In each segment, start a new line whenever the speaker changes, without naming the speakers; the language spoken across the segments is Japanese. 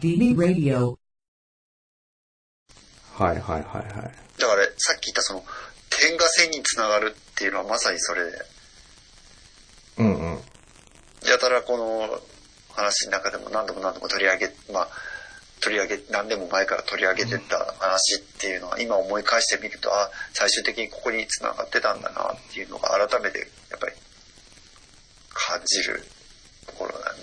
DB Radio.
はいはいはいはい。
だから、さっき言ったその、点が線につながるっていうのはまさにそれで、
うんうん。
やたらこの話の中でも何度も何度も取り上げ、まあ、取り上げ、何年も前から取り上げてた話っていうのは、今思い返してみると、あ、最終的にここに繋がってたんだなっていうのが改めて、やっぱり、感じるところだね。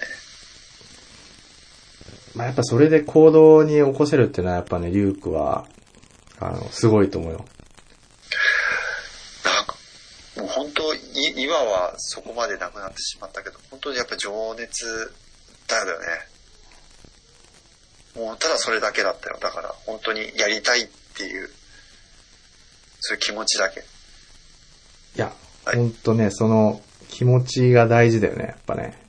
まあやっぱそれで行動に起こせるっていうのはやっぱね、リュウクは、あの、すごいと思うよ。
なんか、もう本当い、今はそこまでなくなってしまったけど、本当にやっぱ情熱だよね。もうただそれだけだったよ。だから本当にやりたいっていう、そういう気持ちだけ。
いや、
はい
ほんとね、その気持ちが大事だよね、やっぱね。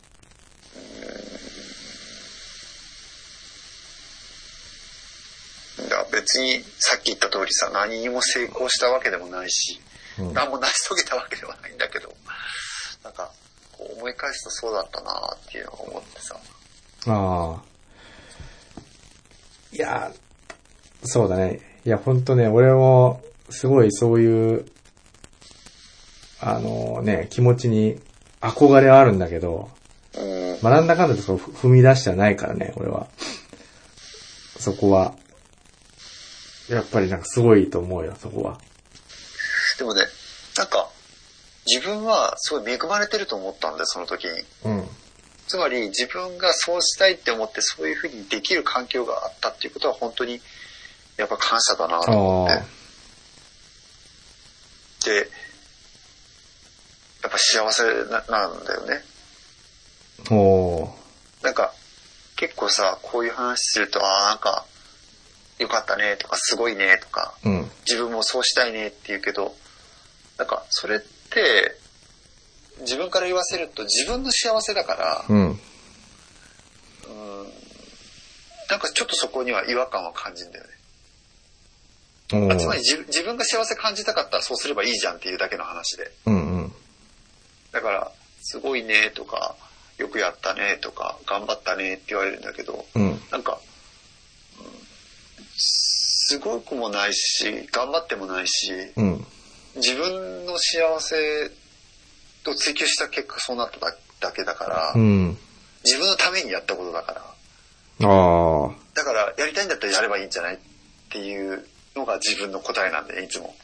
だから別にさっき言った通りさ、何にも成功したわけでもないし、
うん
何も成し遂げたわけではないんだけど、なんか、こう思い返すとそうだったなっていうのを思ってさ。
ああ。いや、そうだね。いや、ほんとね、俺も、すごいそういう、あのね、気持ちに憧れはあるんだけど、
うん。
まあ、なんだかんだでそうふ踏み出してはないからね、俺は。そこは。やっぱりなんかすごいと思うよ、そこは。
でもね、なんか、自分はすごい恵まれてると思ったんだよ、その時に。
うん。
つまり自分がそうしたいって思ってそういうふうにできる環境があったっていうことは本当にやっぱ感謝だなと思
ああ
っ。て、で、やっぱ幸せななんだよね。
おー
なんか結構さ、こういう話すると、ああ、なんか良かったねとかすごいねとか、
うん。
自分もそうしたいねって言うけど、なんかそれって自分から言わせると自分の幸せだから、
うん。
なんかちょっとそこには違和感は感じるんだよね。
お
つまり
ー
自自分が幸せ感じたかったらそうすればいいじゃんっていうだけの話で。
うんうん。
だから、すごいねとか、よくやったねとか、頑張ったねって言われるんだけど、
うん。
なんか、うんすごくもないし、頑張ってもないし、
うん。
自分の幸せを追求した結果そうなっただだけだから、
うん。
自分のためにやったことだから、
ああ。
だからやりたいんだったらやればいいんじゃないっていうのが自分の答えなんで、いつも。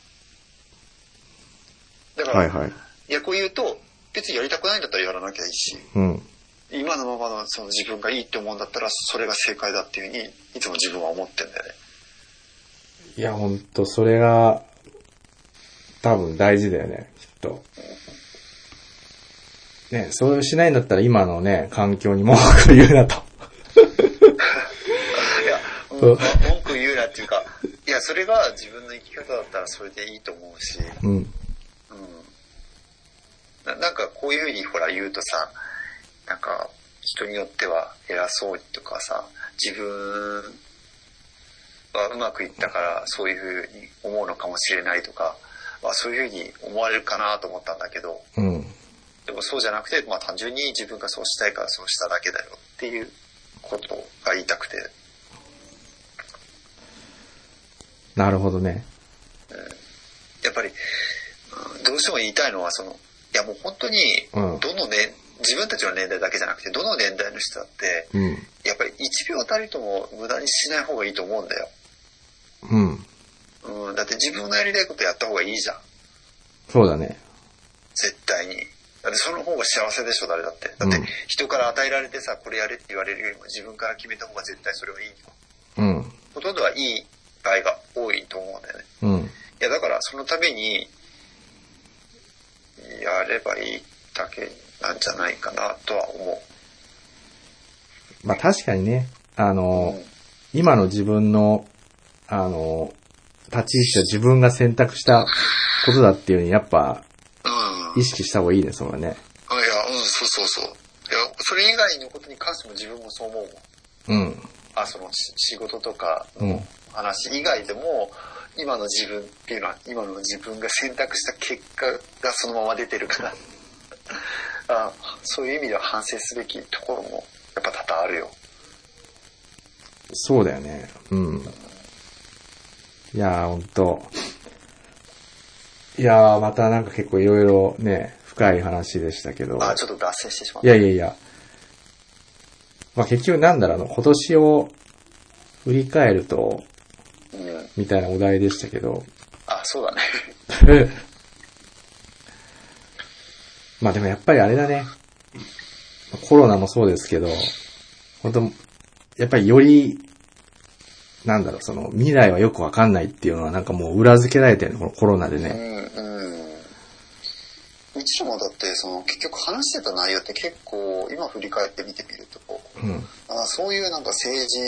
だから、
はいはい。
逆を言うと、別にやりたくないんだったらやらなきゃいいし、
うん。
今のままのその自分がいいって思うんだったら、それが正解だっていうふうに、いつも自分は思ってんだよね。
いや、ほんと、それが、多分大事だよね、きっと。ね、そうしないんだったら今のね、環境に文句言うなと。
いや、
う
うんまあ文句言うなっていうか、いや、それが自分の生き方だったらそれでいいと思うし、
うん。
ななんかこういうふうにほら言うとさ、なんか人によっては偉そうとかさ、自分はうまくいったからそういうふうに思うのかもしれないとか、まあ、そういうふうに思われるかなと思ったんだけど、
うん。
でもそうじゃなくて、まあ単純に自分がそうしたいからそうしただけだよっていうことが言いたくて、
なるほどね。
やっぱり、うんどうしても言いたいのはその、いやもう本当に、
うん
どの年、自分たちの年代だけじゃなくて、どの年代の人だって、
うん。
やっぱり1秒たりとも無駄にしない方がいいと思うんだよ。
うん。
うん、だって自分のやりたいことやった方がいいじゃん。
そうだね。
絶対に。だってその方が幸せでしょ、誰だって。だって
うん
人から与えられてさ、これやれって言われるよりも自分から決めた方が絶対それはいい。
うん。
ほとんどはいい場合が多いと思うんだよね。
うん。
いや、だからそのために、やればいいだけなんじゃないかなとは思う。
まあ確かにね、あの、今の自分の、あの、立ち位置は自分が選択したことだっていうのにやっぱ
うん。
意識した方がいいね、それはね。
あいや、うん、そうそうそう。いや、それ以外のことに関しても自分もそう思うもん。
うん。
あそのし仕事とか
うん。
話以外でも今の自分っていうのは今の自分が選択した結果がそのまま出てるから あそういう意味では反省すべきところもやっぱ多々あるよ
そうだよね。うん。いやー、ほんと。いやー、またなんか結構いろいろね、深い話でしたけど。
あ、ちょっと脱線してしまっ
い
た。
やいやいや。まあ結局なんだろうな、今年を振り返ると、
うん。
みたいなお題でしたけど。
あ、そうだね。
まあでもやっぱりあれだね。コロナもそうですけど、本当やっぱりより、なんだろう、その未来はよくわかんないっていうのはなんかもう裏付けられてるの、このコロナで
う
ね。
ん、うん。うちらもだって、その、結局話してた内容って結構、今振り返って見てみると、
うん。
あそういうなんか政治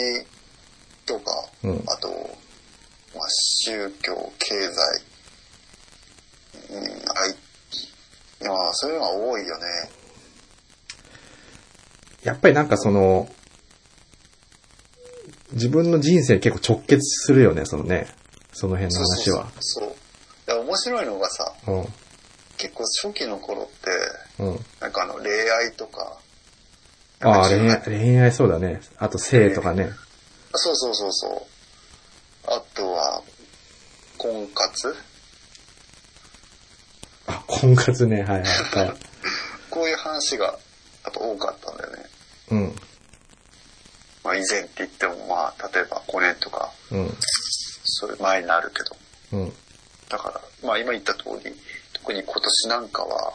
とか、
うん
あと、まあ、宗教、経済、うん、はい。まあ、そういうのは多いよね。
やっぱりなんかその、自分の人生に結構直結するよね、そのね。その辺の話は。
そうそうそう。だから面白いのがさ、
うん。
結構初期の頃って、
うん。
なんかあの、恋愛とか、
ああ、
なんか
恋
中
愛、恋愛そうだね。あと性とかね。
そうそうそうそう。あとは、婚活
あ、婚活ね。はいはいはい。
こういう話が、やっぱ多かったんだよね。
うん。
まあ以前って言っても、まあ、例えば5年とか、
うん。
そういう前になるけど。
うん。
だから、まあ今言った通り、特に今年なんかは、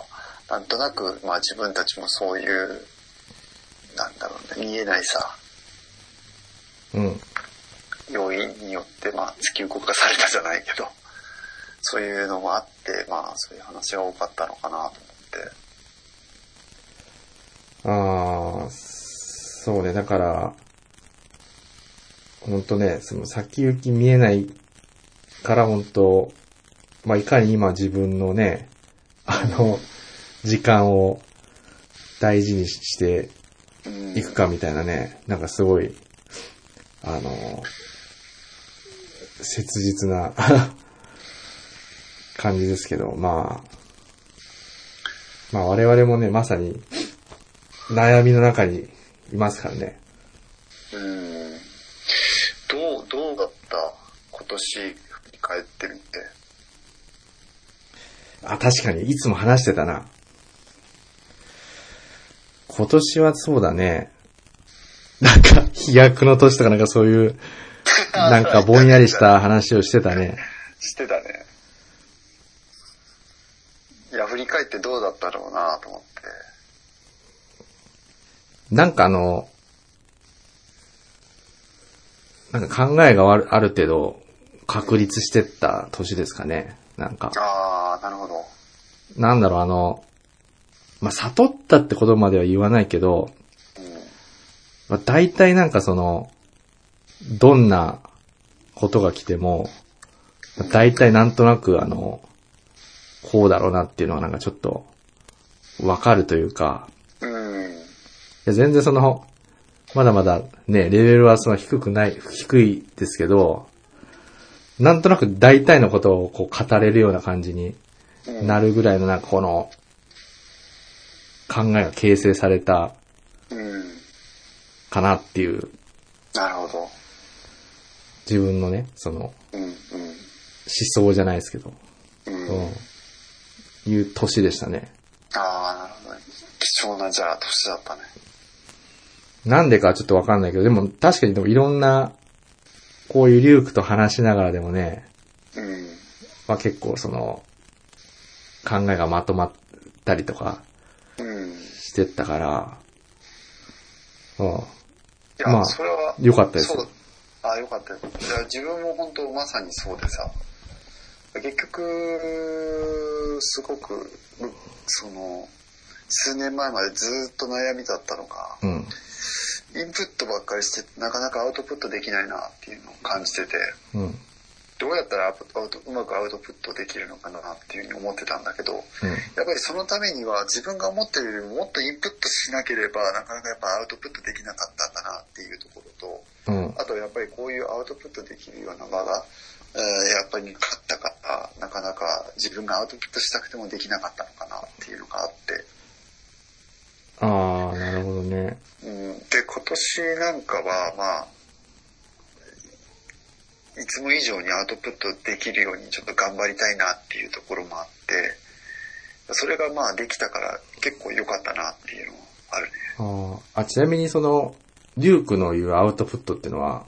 なんとなく、まあ自分たちもそういう、なんだろうね、見えないさ、
うん。
要因によって、まあ突き動かされたじゃないけど、そういうのもあって、まあそういう話が多かったのかなと思って。
ああ、そうね。だから、ほんとね、その先行き見えないからほんと、まあ、いかに今自分のね、あの、時間を大事にして
うん
いくかみたいなね、なんかすごい、あの、切実な 感じですけど、まあ、まあ我々もね、まさに悩みの中にいますからね。
うん。どう、どうだった今年振り返ってみて。
あ、確かに、いつも話してたな。今年はそうだね。なんか、飛躍の年とかなんかそういう、なんかぼんやりした話をしてたね。
してたね。いや、振り返ってどうだったろうなと思って。
なんかあの、なんか考えがあるある程度確立してった年ですかね。なんか、
あー、なるほど。
なんだろうあの、まあ、悟ったってことまでは言わないけど、まあ、大体なんかその、どんなことが来ても、まあ、大体なんとなくあの、こうだろうなっていうのがなんかちょっと、わかるというか、
うん。うん。
いや、全然その、まだまだね、レベルはその低くない、低いですけど、なんとなく大体のことをこう語れるような感じに
うん
なるぐらいのなんかこの、考えが形成された
うん。
かなっていう、
なるほど。
自分のね、その、
うん、うん。
思想じゃないですけど、
うん。
うん。いう年でしたね。
あー、なるほどね。貴重な、じゃあ、年だったね。
なんでかちょっとわかんないけど、でも確かにでもいろんな、こういうリュークと話しながらでもね、
うん。
まあ結構その、考えがまとまったりとか
うん。い
してったから、う
や、
まあ
それは、
ん、よかったです。
そう。あ、よかったよかった。いや、自分も本当まさにそうでさ、結局、すごく、ぶその、数年前までずっと悩みだったのが、
うん。
インプットばっかりして、なかなかアウトプットできないなっていうのを感じてて、
うん。うん。
どうやったらアウトアウトうまくアウトプットできるのかなっていうふうに思ってたんだけど、やっぱりそのためには自分が思ってるよりももっとインプットしなければ、なかなかやっぱアウトプットできなかったんだなっていうところと、
うん。
あとやっぱりこういうアウトプットできるような場が、えーやっぱりなかったから、なかなか自分がアウトプットしたくてもできなかったのかなっていうのがあって。
ああ、なるほどね。
うん、で、今年なんかは、まあ、いつも以上にアウトプットできるようにちょっと頑張りたいなっていうところもあって、それがまあできたから結構良かったなっていうのもあるね。
あーあ、ちなみにその、リュークの言うアウトプットってのは、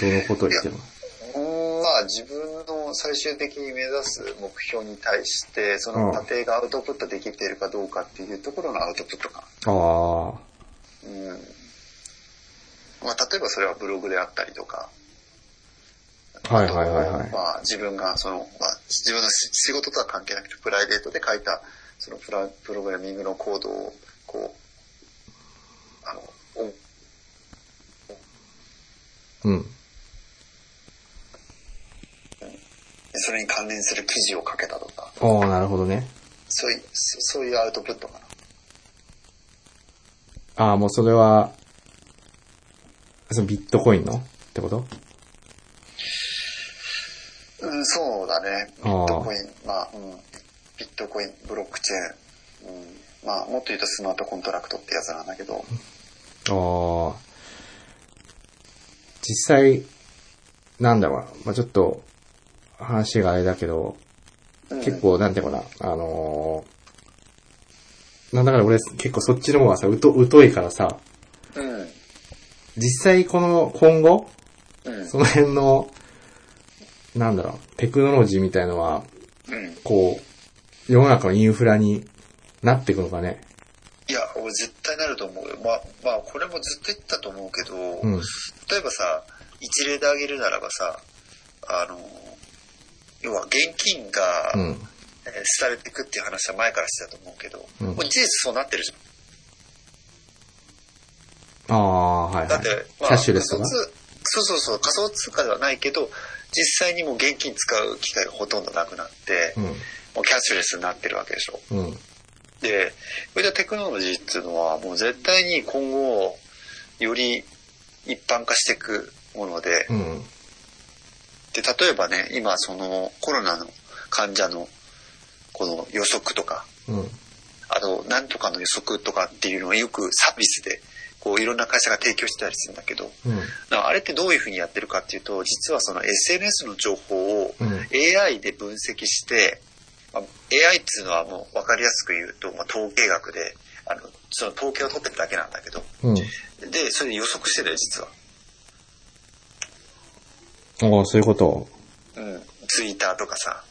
どのことを言ってます
うんまあ自分の最終的に目指す目標に対して、その過程がアウトプットできているかどうかっていうところのアウトプット感。
ああ、
うん。まあ例えばそれはブログであったりとか、
はいはいはいはい。
まあ自分がその、まあ自分のし仕事とは関係なくてプライベートで書いたそのプラプログラミングのコードをこう、あの、音
うん。
それに関連する記事を書けたとか、
ああ、なるほどね。
そういう、そそういうアウトプットかな。
ああ、もうそれは、そのビットコインのってこと
うん、そうだね。ビ
あ
ッ
ー
トコイン、まあ、うん、ビットコイン、ブロックチェーン、うん、まあ、もっと言うとスマートコントラクトってやつなんだけど、
ああ。実際、なんだろうな。まあ、ちょっと、話があれだけど、
うん、
結構、なんていうのかな、あのーなんだから俺、結構そっちの方がさ、うと、疎いからさ、
うん、うん、
実際この、今後、
うん、
その辺の、なんだろう、テクノロジーみたいのは、
うん。
こう、世の中のインフラになっていくのかね。
いや、俺絶対なると思うよ。まあ、まあ、これもずっと言ってたと思うけど、
うん。
例えばさ、一例で挙げるならばさ、あの、要は現金が、
うん。
えー廃れていくっていう話は前からしてたと思うけど、
うん
もう事実そうなってるじゃん。
ああ、はい
だ
は
っ
い
て、。
キャッシュレスと
仮
か
想通そうそうそう、仮想通貨ではないけど、実際にもう現金使う機会がほとんどなくなって、もうキャッシュレスになってるわけでしょ。
うん。うん。
で、こういったテクノロジーっていうのは、もう絶対に今後、より一般化していくもので、
うん。
で、例えばね、今そのコロナの患者のこの予測とか、
うん。
あと、なんとかの予測とかっていうのをよくサービスで、こういろんな会社が提供してたりするんだけど、
うん。
だからあれってどういうふうにやってるかっていうと、実はその SNS の情報を
うん
AI で分析して、まあ AI っていうのはもう分かりやすく言うと、まあ、統計学で、あの、その統計を取ってるだけなんだけど、
うん。
で、それで予測してるよ、実は。
ああ、そういうこと。
うん、Twitter とかさ、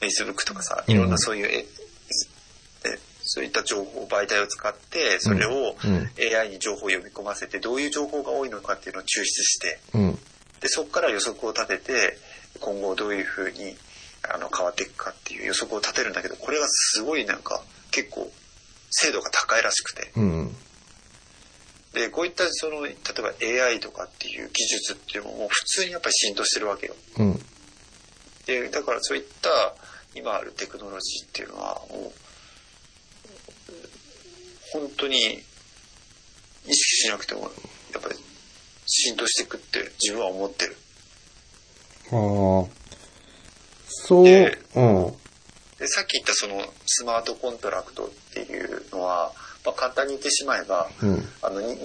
Facebook とかさ、
うん
いろんなそういう、ええそういった情報、媒体を使って、それを
うん
AI に情報を読み込ませて、どういう情報が多いのかっていうのを抽出して、
うん。
でそこから予測を立てて今後どういうふうにあの変わっていくかっていう予測を立てるんだけどこれがすごいなんか結構精度が高いらしくて
うん。
でこういったその例えば AI とかっていう技術っていうのももう普通にやっぱり浸透してるわけよ
うん。
でだからそういった今あるテクノロジーっていうのはもう本当に意識しなくてもやっぱり浸透していくって自分は思ってる
ああ。そう、
で
うん。
でさっき言ったそのスマートコントラクトっていうのは、まあ、簡単に言ってしまえば
うん。
あのに人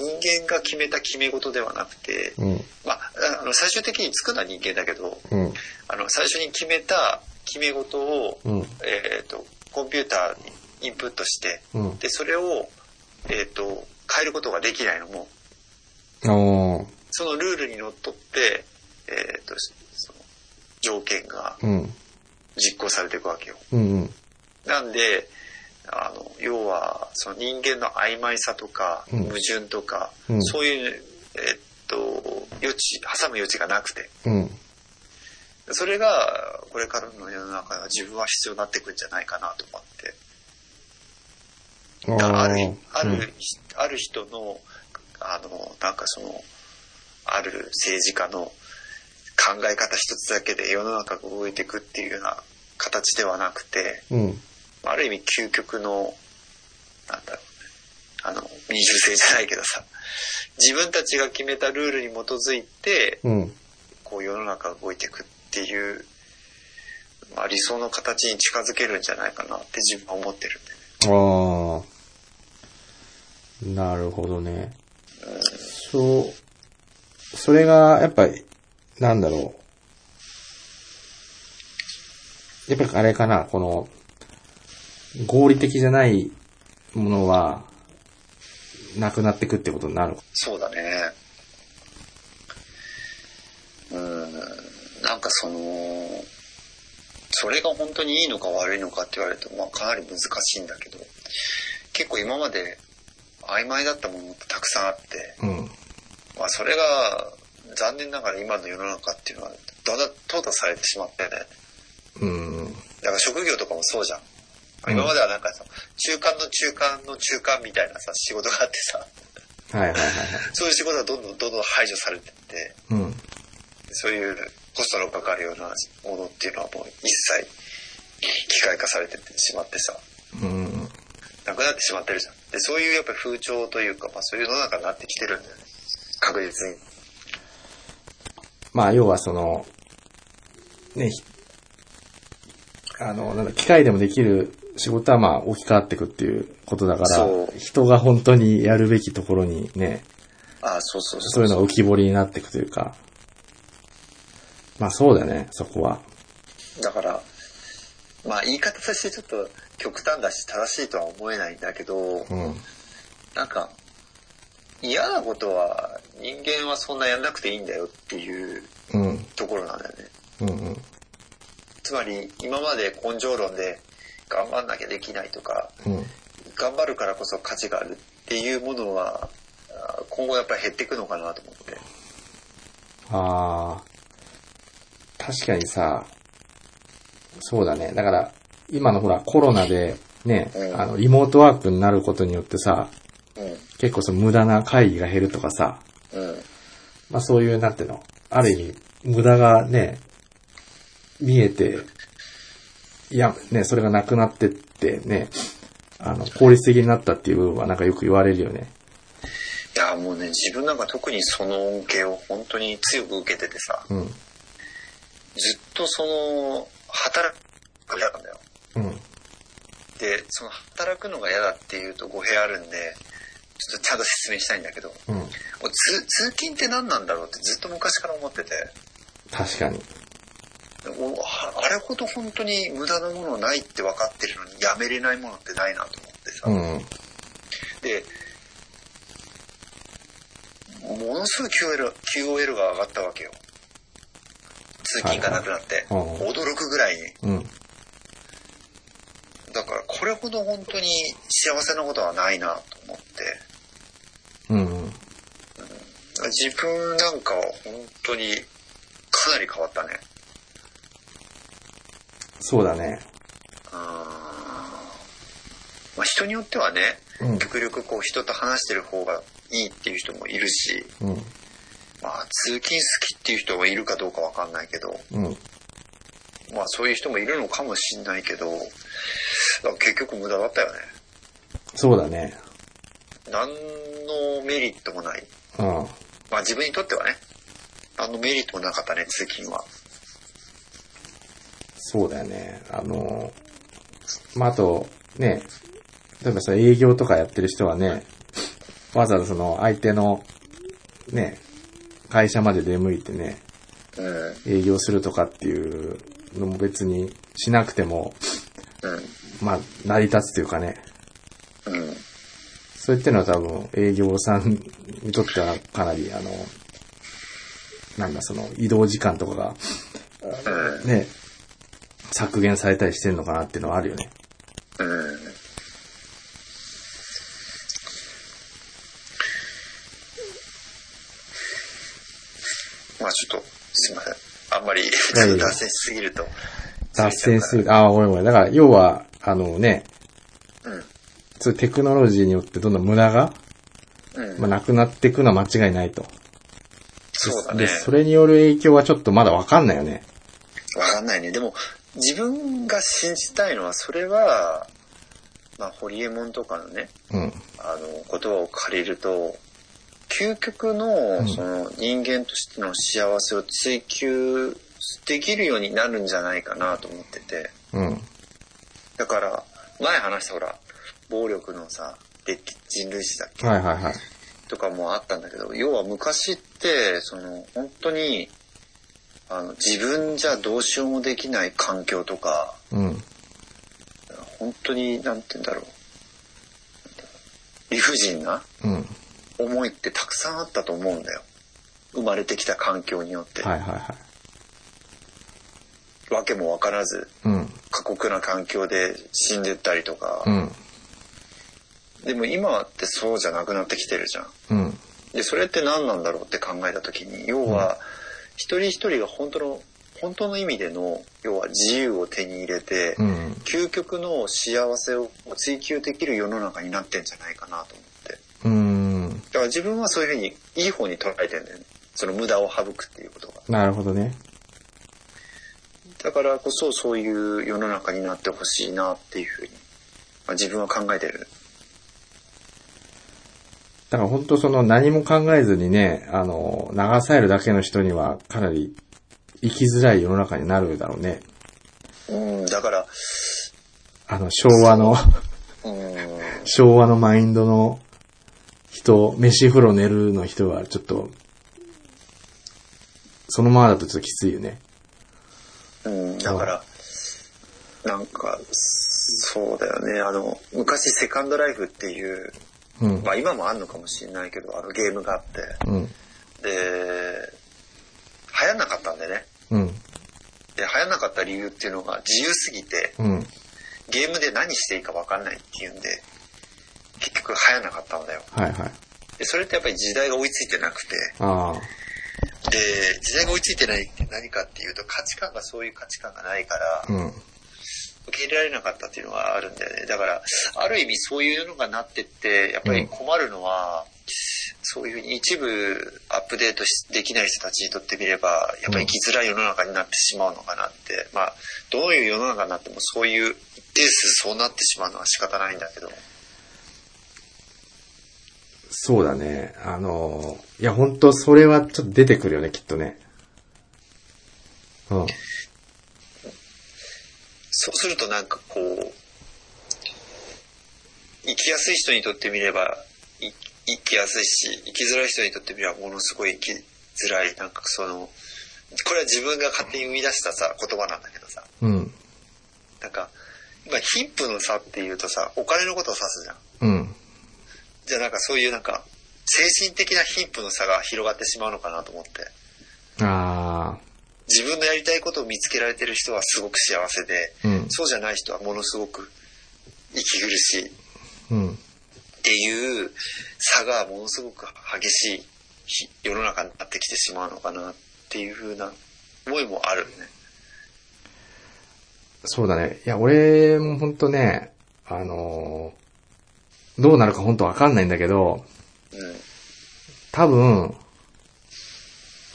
間が決めた決め事ではなくて、
うん。
まあ、ああの最終的に作るのは人間だけど
うん。
あの最初に決めた決め事を、
うん。
えー、とコンピューターにインプットして
うん。
でそれを、えー、と変えることができないのも
ああ。
そのルールにのっとって、えー、とその条件が
うん。
実行されていくわけよ。
うん。
なんで、あの、要は、その人間の曖昧さとか、
うん
矛盾とか、
うん
そういう、えっと、余地、挟む余地がなくて、
うん。
それが、これからの世の中では自分は必要になってくんじゃないかなと思って、だからある、ある、ある人の、あの、なんかその、ある政治家の考え方一つだけで世の中が動いていくっていうような形ではなくて、
うん。
ある意味究極の、なんだろうね、あの、民主制じゃないけどさ、自分たちが決めたルールに基づいて、
うん。
こう世の中が動いていくっていう、まあ理想の形に近づけるんじゃないかなって自分は思ってるんでね。
ああ。なるほどね。そう、それが、やっぱ、なんだろう。やっぱりあれかな、この、合理的じゃないものは、なくなってくってことになる。
そうだね。うん、なんかその、それが本当にいいのか悪いのかって言われると、まあかなり難しいんだけど、結構今まで曖昧だったものってたくさんあって、
うん。
まあそれが残念ながら今の世の中っていうのは、だだ、淘汰されてしまってね。
うん。
だから職業とかもそうじゃん。
うん
今まではなんかさ、中間の中間の中間みたいなさ、仕事があってさ、
はいはいはいはい。
そういう仕事がどんどんどんどん排除されてって、
うん。
そういうコストのかかるようなものっていうのはもう一切機械化されてしまってさ、
うん。
なくなってしまってるじゃん。で、そういうやっぱり風潮というか、まあそういう世の中になってきてるんだよね。確実に。
まあ、要はその、ね、ひあの、なんだ、機械でもできる仕事はまあ、置き換わっていくっていうことだから
そ、う
人が本当にやるべきところにね、
ああ、そうそう
そ
そう
いううのが浮き彫りになっていくというか、まあそうだね、そこは。
だから、まあ言い方としてちょっと極端だし正しいとは思えないんだけど、
うん。
なんか、嫌なことは人間はそんなやんなくていいんだよっていう
うん。
ところなんだよね。
うんうん。
つまり今まで根性論で頑張んなきゃできないとか、
うん。
頑張るからこそ価値があるっていうものは、あー今後やっぱり減っていくのかなと思って。
ああ。確かにさ、そうだね。だから、今のほら、コロナで、ね、
うん
あの、リモートワークになることによってさ、
う
結構その無駄な会議が減るとかさ、
ん。うん。
まあそういう、なんていうの、ある意味、無駄がね、見えて、いや、ね、それがなくなってってね、あの、効率的になったっていう部分はなんかよく言われるよね。
いや、もうね、自分なんか特にその恩恵を本当に強く受けててさ、
うん。
ずっとその、働くのが嫌なんだよ。
うん。
で、その働くのが嫌だっていうと語弊あるんで、ちょっとちゃんと説明したいんだけど、も
うん。
う通通勤って何なんだろうってずっと昔から思ってて、
確かに。
おああれほど本当に無駄なものないって分かってるのにやめれないものってないなと思ってさ、
うん。
で、ものすごい QOL, QOL が上がったわけよ。通勤がなくなって。
はいはいうん
驚くぐらいに。
うん。
だからこれほど本当に幸せなことはないなと思って。
うん。
自分なんかは本当にかなり変わったね。
そうだね。
うん。まあ人によってはね、
うん。
極力こう人と話してる方がいいっていう人もいるし、
うん。
まあ通勤好きっていう人はいるかどうかわかんないけど、
うん。
まあそういう人もいるのかもしんないけど、だから結局無駄だったよね。
そうだね。
何のメリットもない。
うん。
まあ自分にとってはね、何のメリットもなかったね、通勤は。
そうだよね。あの、まあ、あと、ね、例えばさ、営業とかやってる人はね、わざわざその相手の、ね、会社まで出向いてね、
うん、うん、
営業するとかっていうのも別にしなくても、まあ、成り立つというかね、
うん。
そういったのは多分営業さんにとってはかなり、あの、なんだ、その移動時間とかが、
う
ね、削減されたりしてるのかなっていうのはあるよね。
ん、うん。まあちょっと、すいません。あんまり、ちょっと脱線しすぎると。
脱線する。ああ、ごめんごめん。だから、要は、あのね、
うん。
そういうテクノロジーによってどんどん無駄が、
うん。
まあ、なくなっていくのは間違いないと。
そうだね。
で、それによる影響はちょっとまだわかんないよね。
わかんないね。でも、自分が信じたいのは、それは、まあ、ホリエモンとかのね、
うん。
あの、言葉を借りると、究極の、
うん
その、人間としての幸せを追求できるようになるんじゃないかなと思ってて。
うん。
だから、前話したほら、暴力のさ、で人類史だっけ
はいはいはい。
とかもあったんだけど、要は昔って、その、本当に、あの、自分じゃどうしようもできない環境とか、
うん。
本当に、なんて言うんだろう。理不尽な
うん。
思いってたくさんあったと思うんだよ。生まれてきた環境によって。
はいはいはい。
わけもわからず、
うん。
過酷な環境で死んでったりとか
う。ん。
でも今ってそうじゃなくなってきてるじゃん。
うん。
で、それって何なんだろうって考えた時に、要は、一人一人が本当の、本当の意味での、要は自由を手に入れて、
うん。
究極の幸せを追求できる世の中になってんじゃないかなと思って。
うん。
だから自分はそういうふうに、いい方に捉えてんだよね。その無駄を省くっていうことが。
なるほどね。
だからこそそういう世の中になってほしいなっていうふうに、まあ、自分は考えてる。
だから本当その何も考えずにね、あの、流されるだけの人にはかなり生きづらい世の中になるだろうね。
うん、だから、
あの、昭和の、
うん、
昭和のマインドの人、飯風呂寝るの人はちょっと、そのままだとちょっときついよね。
うん、だから、なんか、そうだよね。あの、昔セカンドライフっていう、
うん
ま。あ今もあんのかもしれないけど、あのゲームがあって、
うん。
で、流行んなかったんでね。
うん。
で、流行んなかった理由っていうのが自由すぎて、
うん。
ゲームで何していいかわかんないっていうんで、結局流行んなかったんだよ。
はいはい。
で、それってやっぱり時代が追いついてなくて、
ああ。
で、時代が追いついてないって何かっていうと、価値観がそういう価値観がないか
う
ら、
ん。
受け入れられなかったっていうのはあるんだよね。だから、ある意味そういうのがなってって、やっぱり困るのは、そういうふうに一部アップデートしできない人たちにとってみれば、やっぱり生きづらい世の中になってしまうのかなって。まあ、どういう世の中になってもそういう一定数そうなってしまうのは仕方ないんだけど。
そうだね。あの、いや本当それはちょっと出てくるよね、きっとね。うん。
そうするとなんかこう、生きやすい人にとってみれば、い生きやすいし、生きづらい人にとってみればものすごい生きづらい、なんかその、これは自分が勝手に生み出したさ、言葉なんだけどさ、
うん。
なんか、今貧富の差っていうとさ、お金のことを指すじゃん。
うん。
じゃあなんかそういうなんか、精神的な貧富の差が広がってしまうのかなと思って、
あ
自分のやりたいことを見つけられてる人はすごく幸せで、
あ。うん。
そうじゃない人はものすごく息苦しい。
うん。
っていう差がものすごく激しいひ世の中になってきてしまうのかなっていう風な思いもあるね。
そうだね。いや、俺も本当ね、あのーどうなるか本当わかんないんだけど、
う
多分、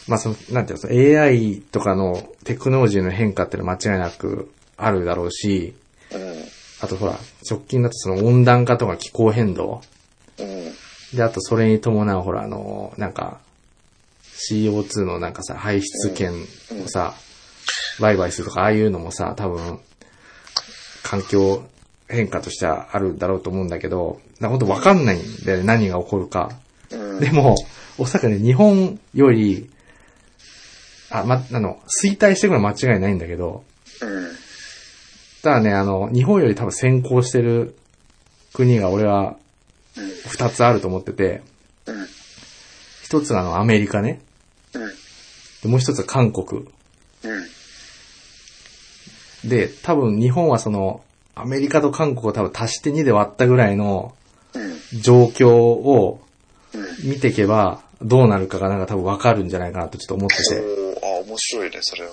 まあ、その、なんていうの、その AI とかのテクノロジーの変化っていうのは間違いなくあるだろうし、
ん。うん。
あとほら、直近だとその温暖化とか気候変動。
うん。
で、あとそれに伴うほら、あのーなんか、CO2 のなんかさ、排出権をさ、売買するとか、ああいうのもさ、多分、環境変化としてはあるだろうと思うんだけど、な本当わかんないんだよね、何が起こるか。
うん。
でも、おそらくね、日本より、あ、ま、あの、衰退してくるのは間違いないんだけど、
うん。
ただね、あの、日本より多分先行してる国が俺は
うん、
二つあると思ってて、
うん。
一つがあの、アメリカね。
うん。
で、もう一つは韓国。
うん。
で、多分日本はその、アメリカと韓国を多分足して2で割ったぐらいの
うん。
状況を
うん。
見ていけば、どうなるかがなんか多分わかるんじゃないかなとちょっと思ってて。
おーあ、面白いね、それは。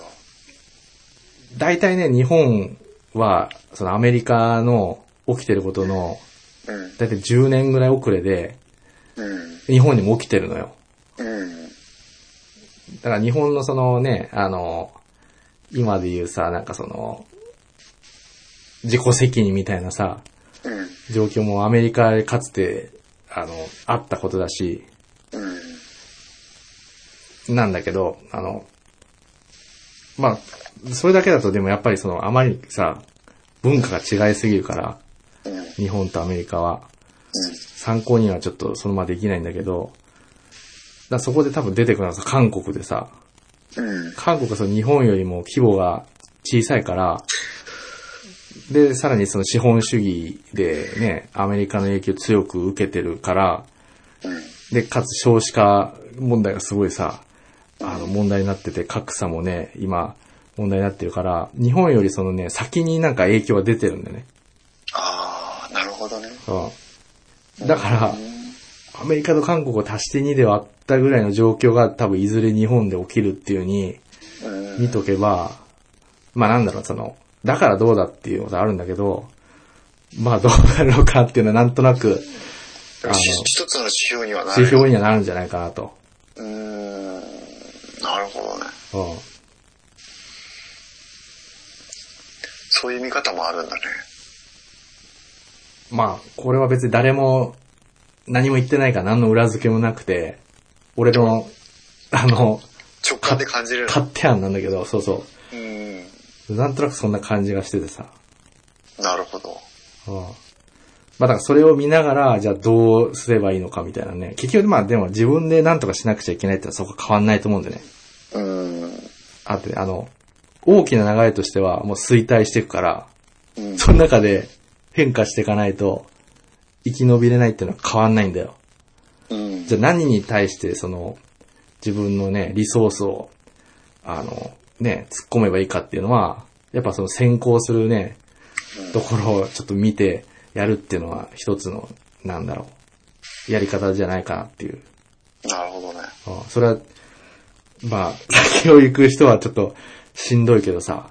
大体ね、日本は、そのアメリカの起きてることの、
うん。
大体10年ぐらい遅れで、
うん。
日本にも起きてるのよ。
うん。
だから日本のそのね、あの、今で言うさ、なんかその、自己責任みたいなさ、
うん。
状況もアメリカでかつて、あの、あったことだし、
うん。
なんだけど、あの、まあ、それだけだとでもやっぱりその、あまりさ、文化が違いすぎるから、
うん。
日本とアメリカは。参考にはちょっとそのままできないんだけど、だからそこで多分出てくるのはさ、韓国でさ、
うん。
韓国はその日本よりも規模が小さいから、で、さらにその資本主義でね、アメリカの影響強く受けてるから、
うん。
で、かつ少子化問題がすごいさ、あの問題になってて、格差もね、今問題になってるから、日本よりそのね、先になんか影響が出てるんだよね。
ああ、なるほどね。
うん。だから
う、ん
アメリカと韓国を足して2で割ったぐらいの状況が多分いずれ日本で起きるっていう風に
うん。
見とけば、まあなんだろう、その、だからどうだっていうことあるんだけど、まあどうなるのかっていうのはなんとなくあの
ひ一つの指標にはなる。
指標にはなるんじゃないかなと。
うーん。なるほど
う
ね。
ん。
そういう見方もあるんだね。
まあ、これは別に誰も何も言ってないから何の裏付けもなくて、俺の、あの、
直感で感じれる。
勝手案なんだけど、そうそ
うん。
う。なんとなくそんな感じがしててさ。
なるほど。
うん。まあだからそれを見ながら、じゃあどうすればいいのかみたいなね。結局まあでも自分で何とかしなくちゃいけないってのはそこは変わんないと思うんでね。
うん。
あって、あの、大きな流れとしてはもう衰退していくから、
うん。
その中で変化していかないと生き延びれないっていうのは変わんないんだよ。
うん
じ。ゃあ何に対してその自分のね、リソースを、あの、ね、突っ込めばいいかっていうのは、やっぱその先行するね、ところをちょっと見てやるっていうのは一つの、なんだろう、やり方じゃないかなっていう。
なるほどね。
うんそれは、まあ、先を行く人はちょっとしんどいけどさ、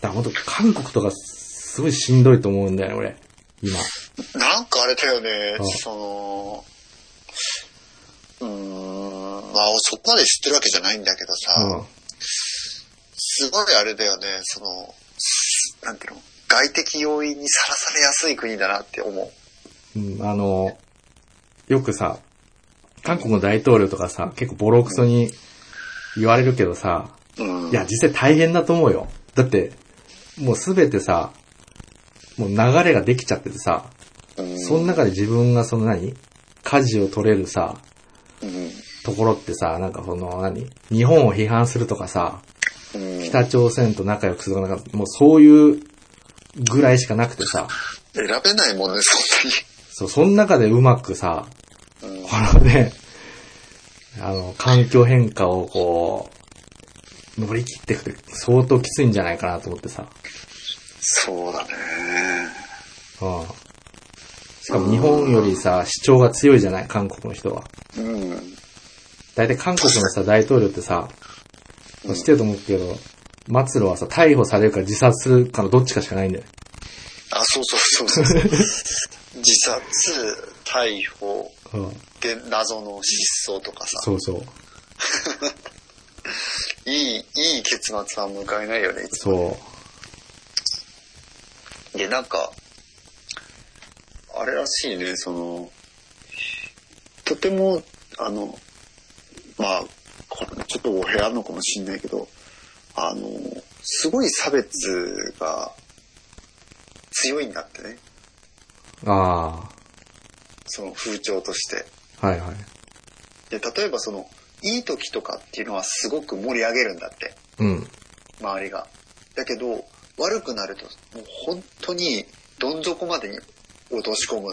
だから本当韓国とかすごいしんどいと思うんだよね、俺。今。
なんかあれだよね
う、ん
その、うーん、まあ、そこまで知ってるわけじゃないんだけどさ、すごいあれだよね、その、なんていうの、外的要因にさらされやすい国だなって思う。
うん、あの、よくさ、韓国の大統領とかさ、結構ボロクソに言われるけどさ、
うん。
いや、実際大変だと思うよ。だって、もうすべてさ、もう流れができちゃっててさ、
うん、
その中で自分がその何舵を取れるさ、
うん、
ところってさ、なんかその何日本を批判するとかさ、
うん。選
北朝鮮と仲良くするとか、なんかもうそういうぐらいしかなくてさ、
べないもんね、そ
そう、その中でうまくさ、
んなに。うん。
このね、 あの、環境変化をこう、乗り切っていくって相当きついんじゃないかなと思ってさ。
そうだね。
うん。しかも日本よりさ、主張が強いじゃない韓国の人は。
うん。
大体韓国のさ、大統領ってさ、知ってると思うけど、末路はさ、逮捕されるか自殺するかのどっちかしかないんだよ。
あ、そうそうそうそう。 自殺、逮捕、
うん。
で、謎の失踪とかさ。
そうそう。
いい、いい結末は迎えないよね、いつ
そ
も。で、なんか、あれらしいね、その、とても、あの、まあ、これちょっとお部屋のかもしんないけど、あの、すごい差別が強いんだってね、
う。あ
その風潮として。
あ。はいはい。
で、例えばその、いい時とかっていうのはすごく盛り上げるんだって。
うん。
周りが。だけど、悪くなると、もう本当に、どん底までに落とし込む、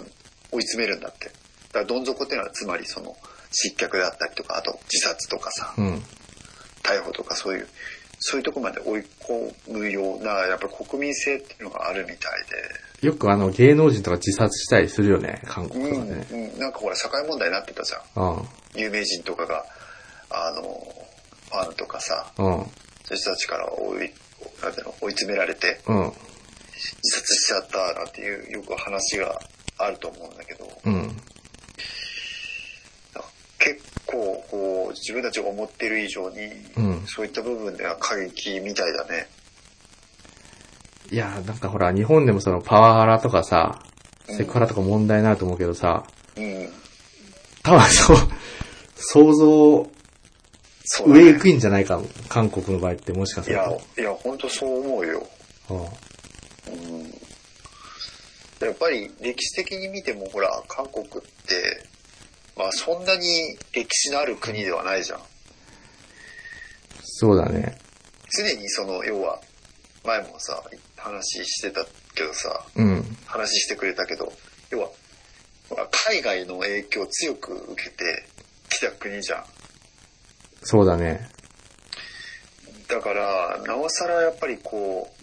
追い詰めるんだって。だから、どん底っていうのは、つまりその、失脚だったりとか、あと、自殺とかさ
う、ん。
逮捕とかそういう、そういうとこまで追い込むような、やっぱり国民性っていうのがあるみたい
よくあの、芸能人とか自殺したりするよね、韓
で。
国と
う
か
ん、
ね。
うん、なんかほら、社会問題になってたじゃん。
う
有名人とかが、あの、ファンとかさ、
ん。うん。
そういう人たちから追い、なんていうの追い詰められて、
うん。
自殺しちゃったなんていうよく話があると思うんだけど、
うん。
結構こう自分たちが思ってる以上に、
うん
そういった部分では過激みたいだね。
いやー、なんかほら、日本でもそのパワハラとかさ、
うん
セクハラとか問題になると思うけどさ、
うん。
多分そう、想像
そうだね
上行くんじゃないかも、韓国の場合ってもしかす
い
る
や、いや、本当そう思うよ。
と。うん
うん。やっぱり歴史的に見てもほら、韓国って、まあそんなに歴史のある国ではないじゃん。
そうだね。
常にその、要は、前もさ、話してたけどさ、
うん。
話してくれたけど、要は、ほら海外の影響を強く受けてきた国じゃん。
そうだね。
だから、なおさらやっぱりこ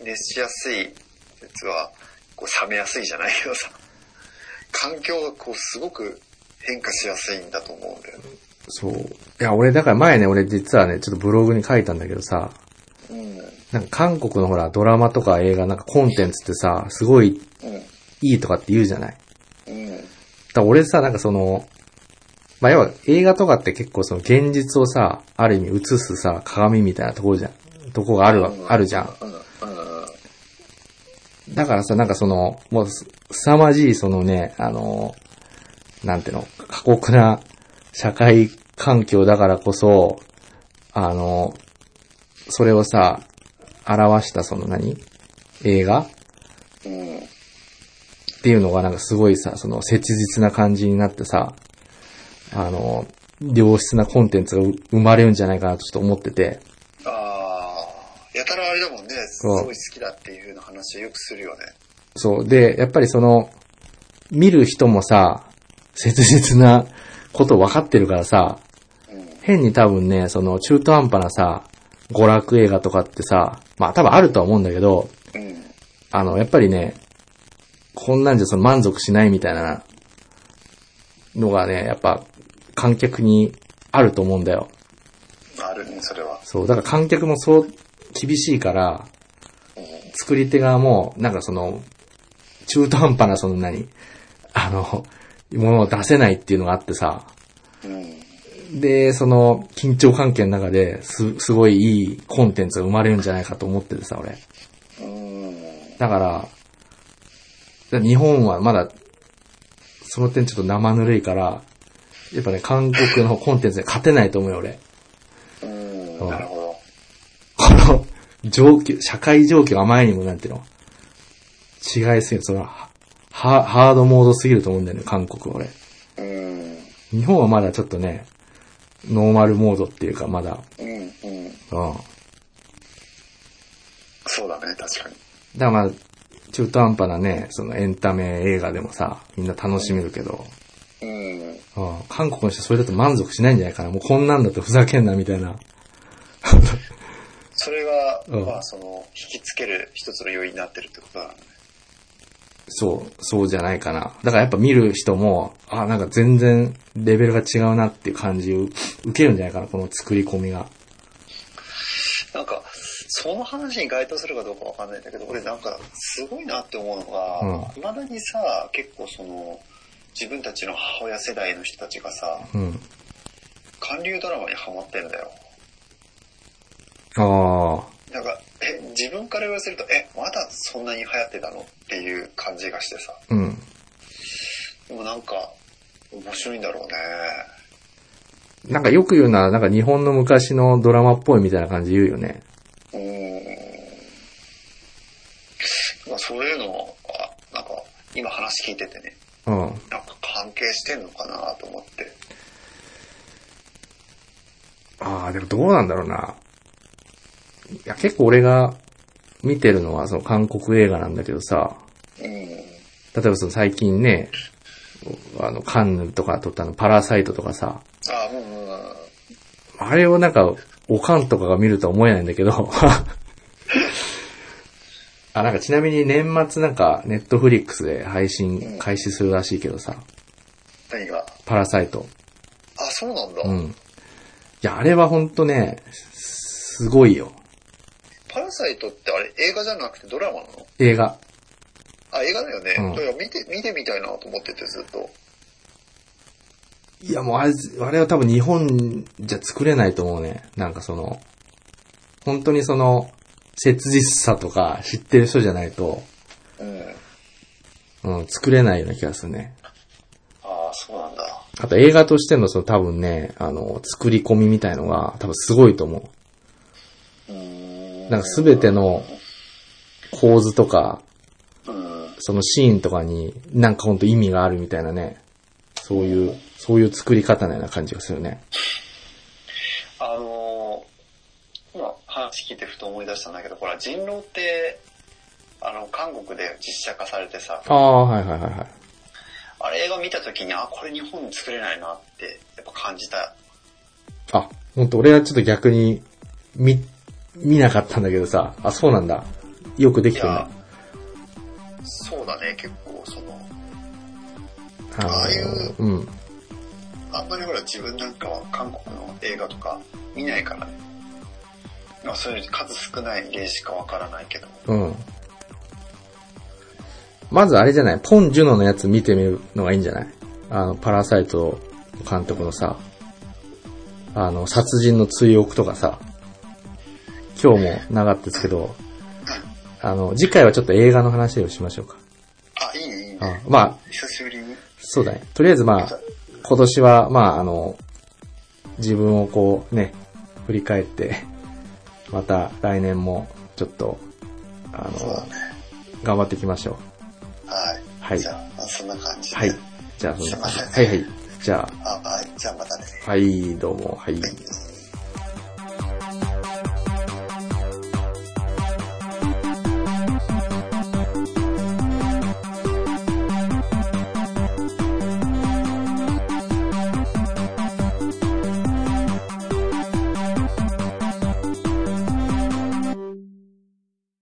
う、熱しやすいやつは、こう冷めやすいじゃないけどさ、環境がこうすごく変化しやすいんだと思うんだよね。
そう。いや、俺、だから前ね、俺実はね、ちょっとブログに書いたんだけどさ、なんか韓国のほら、ドラマとか映画なんかコンテンツってさ、すごいいいとかって言うじゃない。だか
うん。うん。
ら俺さ、なんかその、まあ、要は映画とかって結構その現実をさ、ある意味映すさ、鏡みたいなところじゃん。とこがあるわ、あるじゃん。
うん。うん。
だからさ、なんかその、もうす、凄まじいそのね、あの、なんていうの、過酷な社会環境だからこそ、あの、それをさ、表したその何映画
うん。うん。
っていうのがなんかすごいさ、その切実な感じになってさ、あの、良質なコンテンツが生まれるんじゃないかなとちょっと思ってて、
ああ、やたらあれだもんね、すごい好きだっていう風な話をよくするよね。
そう。で、やっぱりその、見る人もさ、切実なこと分かってるからさ、
うん。
変に多分ね、その中途半端なさ、娯楽映画とかってさ、まあ多分あるとは思うんだけど、
うん。
あの、やっぱりね、こんなんじゃその満足しないみたいなのがね、やっぱ観客にあると思うんだよ。
あるね、それは。
そう、だから観客もそう厳しいから、作り手側も、なんかその、中途半端なその何、あの、ものを出せないっていうのがあってさ、
うん。
で、その、緊張関係の中で、す、すごいいいコンテンツが生まれるんじゃないかと思っててさ、俺。
うん。
だから、だ日本はまだ、その点ちょっと生ぬるいから、やっぱね、韓国のコンテンツに勝てないと思うよ、俺。
うん。なるほど。
この、状況、社会状況が前にもなんていうの違いすぎる。その、はハハードモードすぎると思うんだよね、韓国は俺。
うん。
日本はまだちょっとね、ノーマルモードっていうか、まだ。
うん。うん。
うん。だか
そうだね、確かに。
らまあ、中途半端なね、そのエンタメ映画でもさ、みんな楽しめるけど、
うん。
うん、韓国の人それだと満足しないんじゃないかな。もうこんなんだとふざけんな、みたいな。
それが、
うん
まあ、その、引きつける一つの要因になってるってことだね。
そう、そうじゃないかな。だからやっぱ見る人も、あ、なんか全然レベルが違うなっていう感じを受けるんじゃないかな、この作り込みが。
なんか、その話に該当するかどうかわかんないんだけど、俺なんか、すごいなって思うのが、未だにさ、結構その、自分たちの母親世代の人たちがさ、
うん。
韓流ドラマにハマってんだよ。
ああ、
なんか、え、自分から言わせると、え、まだそんなに流行ってたのっていう感じがしてさ。
うん。
でもなんか、面白いんだろうね。
なんかよく言うのは、なんか日本の昔のドラマっぽいみたいな感じ言うよね。
うーん。まあ、そういうのは、なんか、今話聞いててね、
うん。
なんか関係してんのかなと思って。
ああ、でもどうなんだろうな。いや、結構俺が見てるのは、その韓国映画なんだけどさ、
うん。
例えばその最近ね、あの、カンヌとか撮ったあの、パラサイトとかさ、
ああ、うんうんうん。
あれをなんか、おかんとかが見るとは思えないんだけど。 あ、なんかちなみに年末なんか、ネットフリックスで配信開始するらしいけどさ、
何が
パラサイト。
あ、そうなんだ。
うん。いや、あれはほんとね、すごいよ。
パラサイトってあれ、映画じゃなくてドラマなの
映画。
あ、映画だよね。
うん
いや、見て、見てみたいなと思ってて、ずっと。
いや、もうあれ、あれは多分日本じゃ作れないと思うね。なんかその、本当にその、切実さとか知ってる人じゃないと、
うん。
うん、作れないような気がするね。
ああ、そうなんだ。
あと映画としてのその多分ね、あの、作り込みみたいのが多分すごいと思
うーん
う。なんかすべての構図とか、そのシーンとかになんかほんと意味があるみたいなね、そういう、そういう作り方のような感じがするね。
あのー今話聞いてふと思い出したんだけど、ほら、人狼って、あの、韓国で実写化されてさ、
ああ、はいはいはいはい。
あれ映画見た時に、あ、これ日本作れないなって、やっぱ感じた。
あ、ほんと俺はちょっと逆に、見、見なかったんだけどさ、あ、そうなんだ。よくで
い
きてるな
や。、そうだね、結構、その、
あの
ああいう
うん。
あんまりほら自分なんかは韓国の映画とか見ないからね。まあそういう数少ない例しかわからないけど。
うん。まずあれじゃない、ポン・ジュノのやつ見てみるのがいいんじゃないあの、パラサイト監督のさ、あの、殺人の追憶とかさ、今日もなかったですけど、あの、次回はちょっと映画の話をしましょうか。
あ、いいね、いい
あ
ね。
まあ、
久しぶりに。
そうだね。とりあえずまあ、今年は、まああの、自分をこうね、振り返って、また来年もちょっと、あの、
そうだね。
頑張っていきましょう。
はい。
はい
じゃあまあ、そんな感じで。
はい。じゃあ、そんな
すいません
はいはい。じゃ
あ、はい。じゃあまたね。
あ、はい、どうも、はい。
はい